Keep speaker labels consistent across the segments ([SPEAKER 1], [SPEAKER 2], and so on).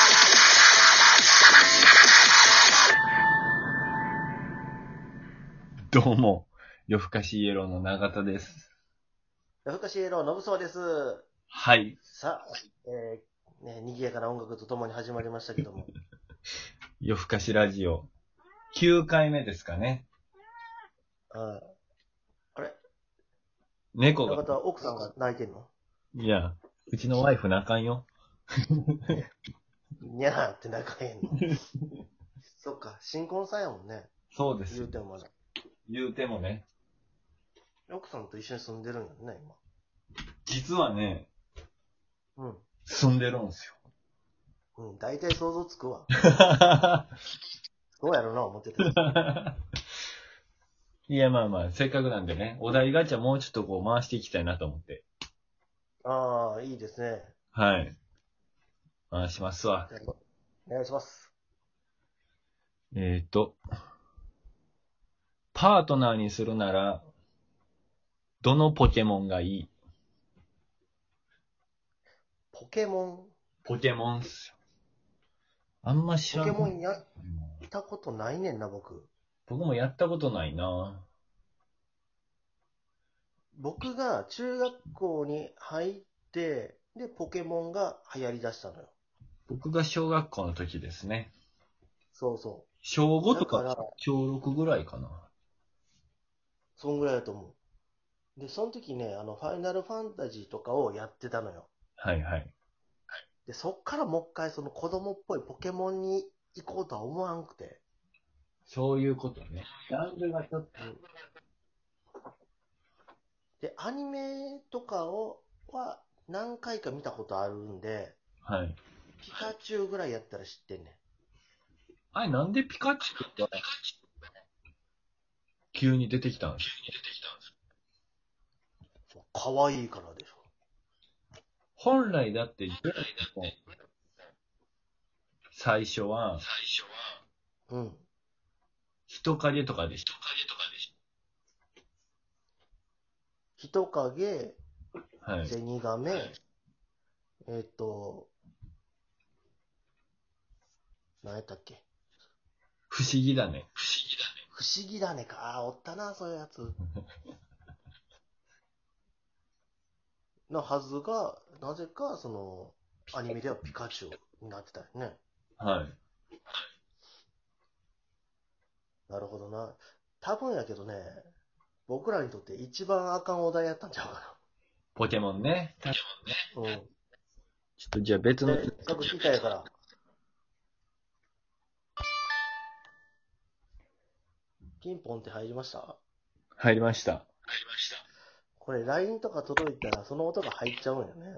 [SPEAKER 1] どうも、夜更かしイエローの永田です。
[SPEAKER 2] 夜更かしイエロー、のぶそうです。
[SPEAKER 1] はい。
[SPEAKER 2] さあ、えー、ね、賑やかな音楽とともに始まりましたけども。
[SPEAKER 1] 夜更かしラジオ。9回目ですかね。
[SPEAKER 2] あー
[SPEAKER 1] 猫
[SPEAKER 2] 中
[SPEAKER 1] が。
[SPEAKER 2] 田は奥さんが泣いてんの
[SPEAKER 1] いや、うちのワイフ泣かんよ。
[SPEAKER 2] にゃーって泣かへんの。 そっか、新婚さんやもんね。
[SPEAKER 1] そうで
[SPEAKER 2] 言う
[SPEAKER 1] す。
[SPEAKER 2] てもまだ。
[SPEAKER 1] 言うてもね。
[SPEAKER 2] 奥さんと一緒に住んでるんやね、
[SPEAKER 1] 実はね、
[SPEAKER 2] 今。
[SPEAKER 1] 住んでるんです
[SPEAKER 2] うん。うん、大体想像つくわ。
[SPEAKER 1] よ。
[SPEAKER 2] どうやろうな、思ってた。
[SPEAKER 1] いや、まあまあ、せっかくなんでね、お題ガチャもうちょっとこう回していきたいなと思って。
[SPEAKER 2] ああ、いいですね。
[SPEAKER 1] はい。回しますわ。
[SPEAKER 2] じゃあお願いします。
[SPEAKER 1] えっ、と、パートナーにするなら、どのポケモンがいい
[SPEAKER 2] ポケモ
[SPEAKER 1] ポケモンっすよ。あんま
[SPEAKER 2] ン。
[SPEAKER 1] 知ら
[SPEAKER 2] ポケ
[SPEAKER 1] ん。
[SPEAKER 2] モンやったことないねんな、僕。
[SPEAKER 1] 僕もやったことないな
[SPEAKER 2] 僕が中学校に入って、で、ポケモンが流行り出したのよ。
[SPEAKER 1] 僕が小学校の時ですね。
[SPEAKER 2] そうそ
[SPEAKER 1] 小5と
[SPEAKER 2] だ
[SPEAKER 1] か
[SPEAKER 2] から
[SPEAKER 1] 小6ぐらいかな。
[SPEAKER 2] う。そんぐらいだと思う。で、その時ね、あの、ファイナルファンタジーとかをやってたのよ。
[SPEAKER 1] はいはい。
[SPEAKER 2] で、そっからもう一回その子供っぽいポケモンに行こうとは思わんくて。
[SPEAKER 1] そういうことね。ジャンルがちょっと。
[SPEAKER 2] で、アニメとかを、は何回か見たことあるんで、
[SPEAKER 1] はい。
[SPEAKER 2] ピカチュウぐらいやったら知ってんねん。
[SPEAKER 1] あれ、なんでピカチュウって急に出てきたんですか
[SPEAKER 2] そう可愛いからでしょ。
[SPEAKER 1] 本来だって、最初は、
[SPEAKER 2] うん。
[SPEAKER 1] 人影とかでし
[SPEAKER 2] 人影、
[SPEAKER 1] た。はい。
[SPEAKER 2] ゼニガメ、えっ、と、何やったっけ
[SPEAKER 1] 不思議だね。
[SPEAKER 2] 不思議だねか。ああー、おったな、そういうやつ。のはずが、なぜか、その、アニメではピカチュウになってたよね。
[SPEAKER 1] はい。
[SPEAKER 2] なるほどな。多分やけどね、僕らにとって一番あかんお題やったんちゃうか
[SPEAKER 1] ポケモンね。ちょ
[SPEAKER 2] な。うん。
[SPEAKER 1] っとじゃあ別の
[SPEAKER 2] せっかく聞いたやから。ピンポンって入りました
[SPEAKER 1] 入りました。
[SPEAKER 2] これ LINE とか届いたらその音が入っちゃうんよね。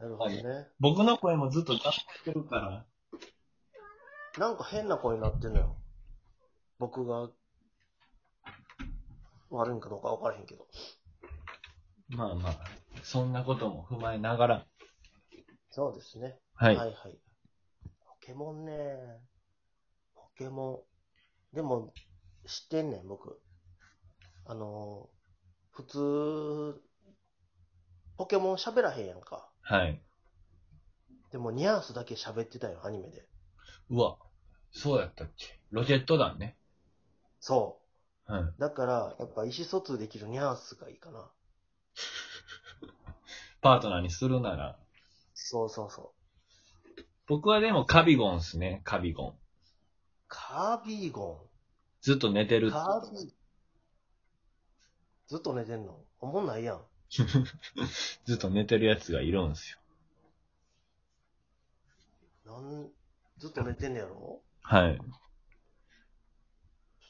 [SPEAKER 2] なるほどね。
[SPEAKER 1] 僕の声もずっと出してるから。
[SPEAKER 2] なんか変な声になってんのよ。僕が悪いんかどうか分からへんけど。
[SPEAKER 1] まあまあ、そんなことも踏まえながら。
[SPEAKER 2] そうですね。
[SPEAKER 1] は
[SPEAKER 2] はい
[SPEAKER 1] い。
[SPEAKER 2] はい。ポケモンね。ポケモン。でも、知ってんねん、僕。あのー、普通、ポケモン喋らへんやんか。
[SPEAKER 1] はい。
[SPEAKER 2] でも、ニャースだけ喋ってたよ、アニメで。
[SPEAKER 1] うわ、そうやったっけ。ロケット弾ね。
[SPEAKER 2] そ
[SPEAKER 1] は
[SPEAKER 2] う。だから、やっぱ意思疎通できるニャースがいいかな。
[SPEAKER 1] い。パートナーにするなら。
[SPEAKER 2] そうそうそう。
[SPEAKER 1] 僕はでもカビゴンっすね。カビゴン。
[SPEAKER 2] カービーゴ
[SPEAKER 1] ずっと寝て
[SPEAKER 2] ン。
[SPEAKER 1] る。
[SPEAKER 2] カービー。ずっと寝てんのおもんないやん。
[SPEAKER 1] ずっと寝てるやつがいるんすよ。
[SPEAKER 2] なん、ずっと寝てんねやろ
[SPEAKER 1] はい。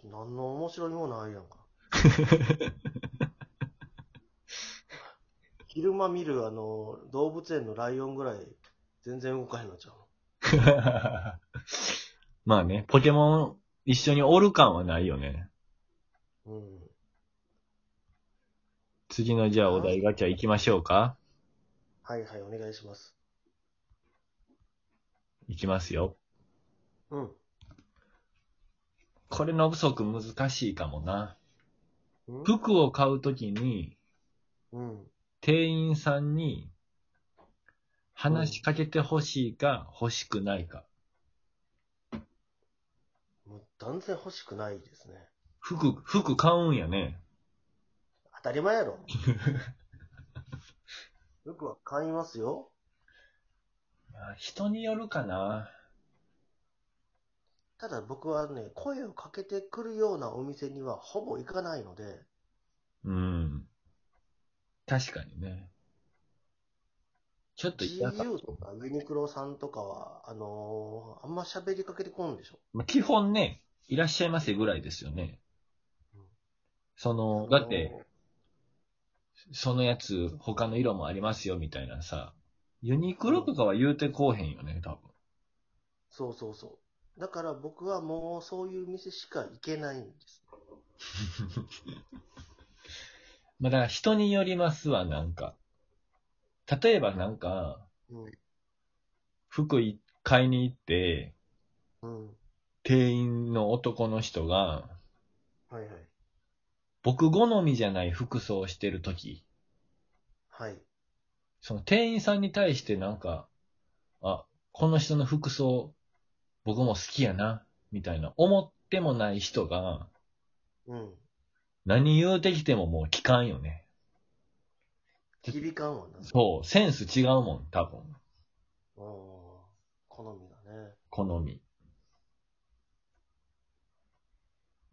[SPEAKER 2] 何の面白みもないやんか。昼間見るあの動物園のライオンぐらい全然動かへんのちゃう
[SPEAKER 1] まあね、ポケモン一緒におる感はないよね。
[SPEAKER 2] の。うん。
[SPEAKER 1] 次のじゃあお題ガチャ行きましょうか。
[SPEAKER 2] はいはい、お願いします。
[SPEAKER 1] 行きますよ。
[SPEAKER 2] うん。
[SPEAKER 1] これの不足難しいかもな。
[SPEAKER 2] うん
[SPEAKER 1] 服を買うときに、
[SPEAKER 2] うん。
[SPEAKER 1] 店員さんに、話しかけてほしいか欲しくないか。
[SPEAKER 2] む断然欲しくないですね。
[SPEAKER 1] 服、服買うんやね。
[SPEAKER 2] 当たり前やろ。よくは買いますよ。
[SPEAKER 1] あ人によるかな。
[SPEAKER 2] ただ僕はね、声をかけてくるようなお店にはほぼ行かないので、
[SPEAKER 1] うん。確かにね。ちょっと行ったか
[SPEAKER 2] GU とかユニクロさんとかは、あのーあんま喋りかけてこんでしょ。
[SPEAKER 1] まあ基本ね、いらっしゃいませぐらいですよね
[SPEAKER 2] うん。
[SPEAKER 1] その、だって、、そのやつ、他の色もありますよ、みたいなさ。ユニクロとかは言うてこうへんよね、多分。
[SPEAKER 2] そうそうそう。だから僕はもうそういう店しか行けないんです。
[SPEAKER 1] まあ、だから人によりますわ、なんか。例えばなんか、服い買いに行って、
[SPEAKER 2] うん。うん。
[SPEAKER 1] 店員の男の人が、
[SPEAKER 2] はいはい。
[SPEAKER 1] 僕好みじゃない服装をしてるとき、
[SPEAKER 2] はい。
[SPEAKER 1] その店員さんに対してなんか、あ、この人の服装、僕も好きやな、みたいな、思ってもない人が、
[SPEAKER 2] うん。
[SPEAKER 1] 何言うてきてももう聞かんよね。
[SPEAKER 2] 響かんわな。
[SPEAKER 1] そう、センス違うもん、多分。
[SPEAKER 2] うん。好みだね。
[SPEAKER 1] 好み。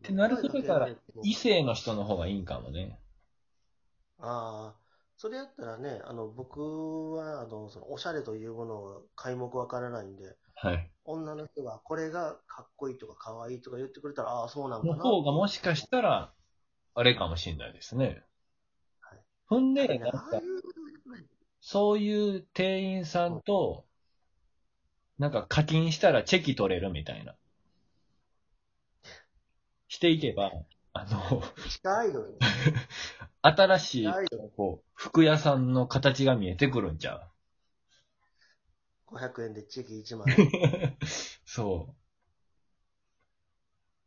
[SPEAKER 1] てなるとだから異性の人の方がいいんかもね。
[SPEAKER 2] ああ、それやったらね、あの、僕は、あの、その、おしゃれというものを皆目わからないんで、
[SPEAKER 1] はい。
[SPEAKER 2] 女の人がこれがかっこいいとか可愛いとか言ってくれたら、ああ、そうなん
[SPEAKER 1] の
[SPEAKER 2] かな。
[SPEAKER 1] 方がもしかしたら、あれかもしれないですね。
[SPEAKER 2] はい
[SPEAKER 1] ほんで、
[SPEAKER 2] はい
[SPEAKER 1] なん
[SPEAKER 2] ああ
[SPEAKER 1] か、
[SPEAKER 2] いう
[SPEAKER 1] そういう店員さんと、なんか課金したらチェキ取れるみたいな。していけば、あの、
[SPEAKER 2] 近いのよ。
[SPEAKER 1] 新しい
[SPEAKER 2] 近いのよ。
[SPEAKER 1] こう服屋さんの形が見えてくるんちゃ
[SPEAKER 2] 500円でチェキ1 枚。
[SPEAKER 1] うそ。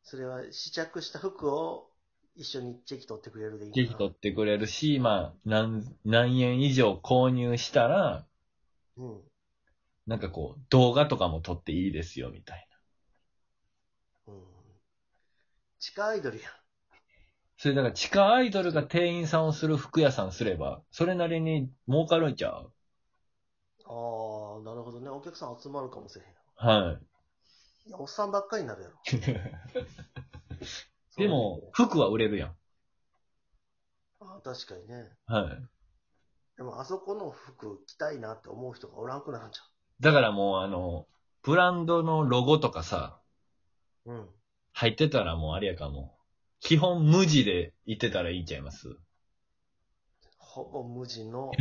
[SPEAKER 2] それは試着した服を一緒にチェキ取ってくれるでいいうか
[SPEAKER 1] チ
[SPEAKER 2] な
[SPEAKER 1] ェキ取ってくれるし、まあ、何、何円以上購入したら、
[SPEAKER 2] うん。
[SPEAKER 1] なんかこう、動画とかも撮っていいですよ、みたいな。
[SPEAKER 2] うん。地下アイドルやん。
[SPEAKER 1] それだから地下アイドルが店員さんをする服屋さんすれば、それなりに儲かるんちゃう
[SPEAKER 2] ああ、なるほどね。お客さん集まるかもしれへん。
[SPEAKER 1] はい
[SPEAKER 2] や、おっさんばっかりになるやろ。
[SPEAKER 1] い。でも、服は売れるやん。
[SPEAKER 2] あー確かにね。
[SPEAKER 1] はい。
[SPEAKER 2] でも、あそこの服着たいなって思う人がおらんくなるんじ
[SPEAKER 1] だからもうあの、ブランドのロゴとかさ、
[SPEAKER 2] ゃん。うん。
[SPEAKER 1] 入ってたらもうあれやかも。基本無地で行ってたらいいんちゃいます
[SPEAKER 2] ほぼ無地の。うん、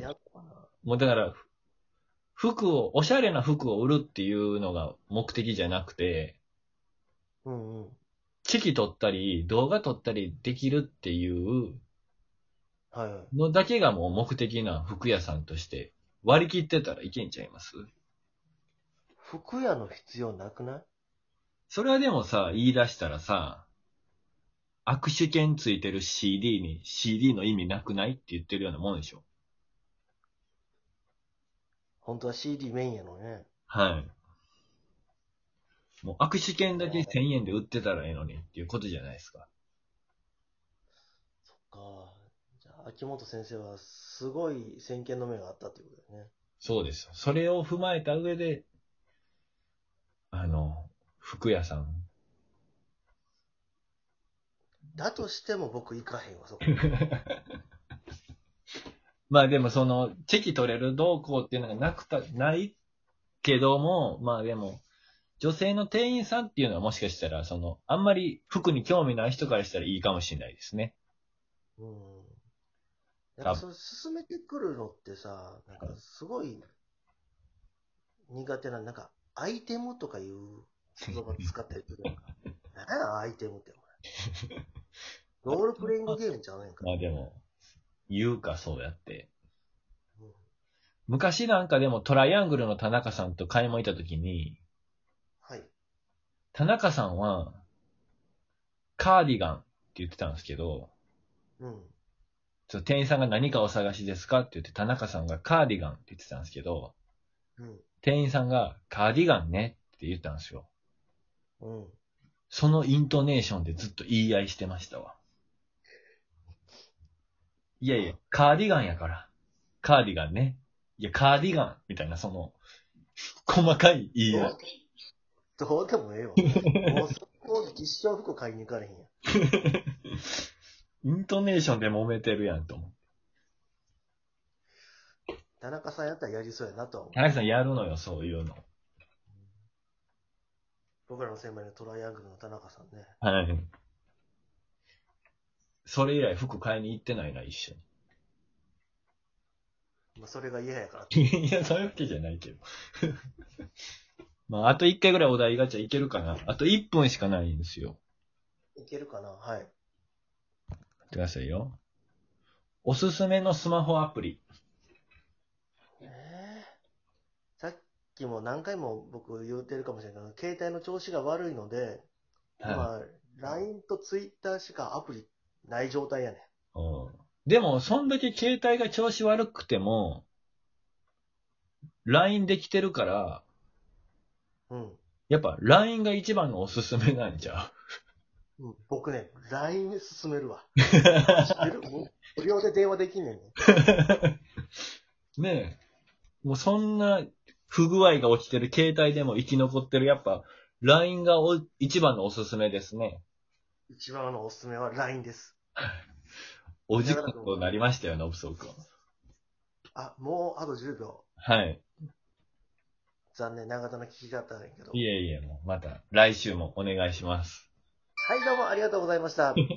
[SPEAKER 2] 流行ったかな。
[SPEAKER 1] もうだから、服を、おしゃれな服を売るっていうのが目的じゃなくて、
[SPEAKER 2] うんうん。
[SPEAKER 1] チェキ撮ったり、動画撮ったりできるっていう
[SPEAKER 2] はいはい。
[SPEAKER 1] のだけがもう目的な服屋さんとして割り切ってたらいけんちゃいます
[SPEAKER 2] 服屋の必要なくない
[SPEAKER 1] それはでもさ、言い出したらさ、握手券ついてる CD に CD の意味なくないって言ってるようなもんでしょ
[SPEAKER 2] 本当は CD メインやのね。
[SPEAKER 1] はい。もう握手券だけ1000円で売ってたらええのにっていうことじゃないですか。
[SPEAKER 2] そっか。じゃあ、秋元先生はすごい先見の目があったっていうことだよね。
[SPEAKER 1] そうですよ。それを踏まえた上で、あの、服屋さん。
[SPEAKER 2] だとしても僕行かへんわ、そこ。
[SPEAKER 1] まあでもその、チェキ取れる動向っていうのがなくた、ないけども、まあでも、女性の店員さんっていうのはもしかしたら、その、あんまり服に興味ない人からしたらいいかもしれないですね。
[SPEAKER 2] うん。やっぱそれ進めてくるのってさ、なんかすごい苦手な、なんかアイテムとかいう言葉使ったりするやんか。何やアイテムってお前。ロールプレイングゲームちゃうねんか
[SPEAKER 1] ま。あでも、言うかそうやって。
[SPEAKER 2] うん
[SPEAKER 1] 昔なんかでもトライアングルの田中さんと買い物行った時に、
[SPEAKER 2] はい。
[SPEAKER 1] 田中さんは、カーディガンって言ってたんですけど、
[SPEAKER 2] うん。
[SPEAKER 1] ちょっと店員さんが何かお探しですかって言って田中さんがカーディガンって言ってたんですけど、
[SPEAKER 2] うん。
[SPEAKER 1] 店員さんが、カーディガンねってって言ったんですよ。
[SPEAKER 2] うん。
[SPEAKER 1] そのイントネーションでずっと言い合いしてましたわ。いやいや、カーディガンやから。カーディガンね。いや、カーディガンみたいな、その、細かい言い合い。
[SPEAKER 2] どうでもええわ。もうそこ一生服買いに行かれへんやん。
[SPEAKER 1] イントネーションで揉めてるやんと思って。
[SPEAKER 2] 田中さんやったらやりそうやなとは思う。
[SPEAKER 1] 田中さんやるのよ、そういうの。
[SPEAKER 2] 僕らの先輩のトライアングルの田中さんね。
[SPEAKER 1] はい。それ以来服買いに行ってないな、一緒
[SPEAKER 2] まあ、それが嫌やからって。
[SPEAKER 1] に。 いや、そういうわけじゃないけど。 まあ、あと一回ぐらいお題ガチャいけるかな。あと1分しかないんですよ。
[SPEAKER 2] いけるかなはい。
[SPEAKER 1] 待ってくださいよ。おすすめのスマホアプリ。
[SPEAKER 2] ええさっきも何回も僕言うてるかもしれないけど、携帯の調子が悪いので、
[SPEAKER 1] は
[SPEAKER 2] 今、LINE と Twitter しかアプリない状態やねん。
[SPEAKER 1] いうん。でも、そんだけ携帯が調子悪くても、LINE できてるから、
[SPEAKER 2] うん。
[SPEAKER 1] やっぱ LINE が一番のおすすめなんちゃ
[SPEAKER 2] うん僕ね、LINE 進めるわ。知ってるもう無料で電話できんねんね。
[SPEAKER 1] うねえ。もうそんな不具合が起きてる携帯でも生き残ってる、やっぱ LINE がお一番のおすすめですね。
[SPEAKER 2] 一番のおすすめは LINE です。
[SPEAKER 1] お時間となりましたよ、ノブソウ君。
[SPEAKER 2] あ、もうあと10秒。
[SPEAKER 1] はい。
[SPEAKER 2] 残念、長田の聞き方やけど。
[SPEAKER 1] いえいえ、もうまた来週もお願いします。
[SPEAKER 2] はい、どうもありがとうございました。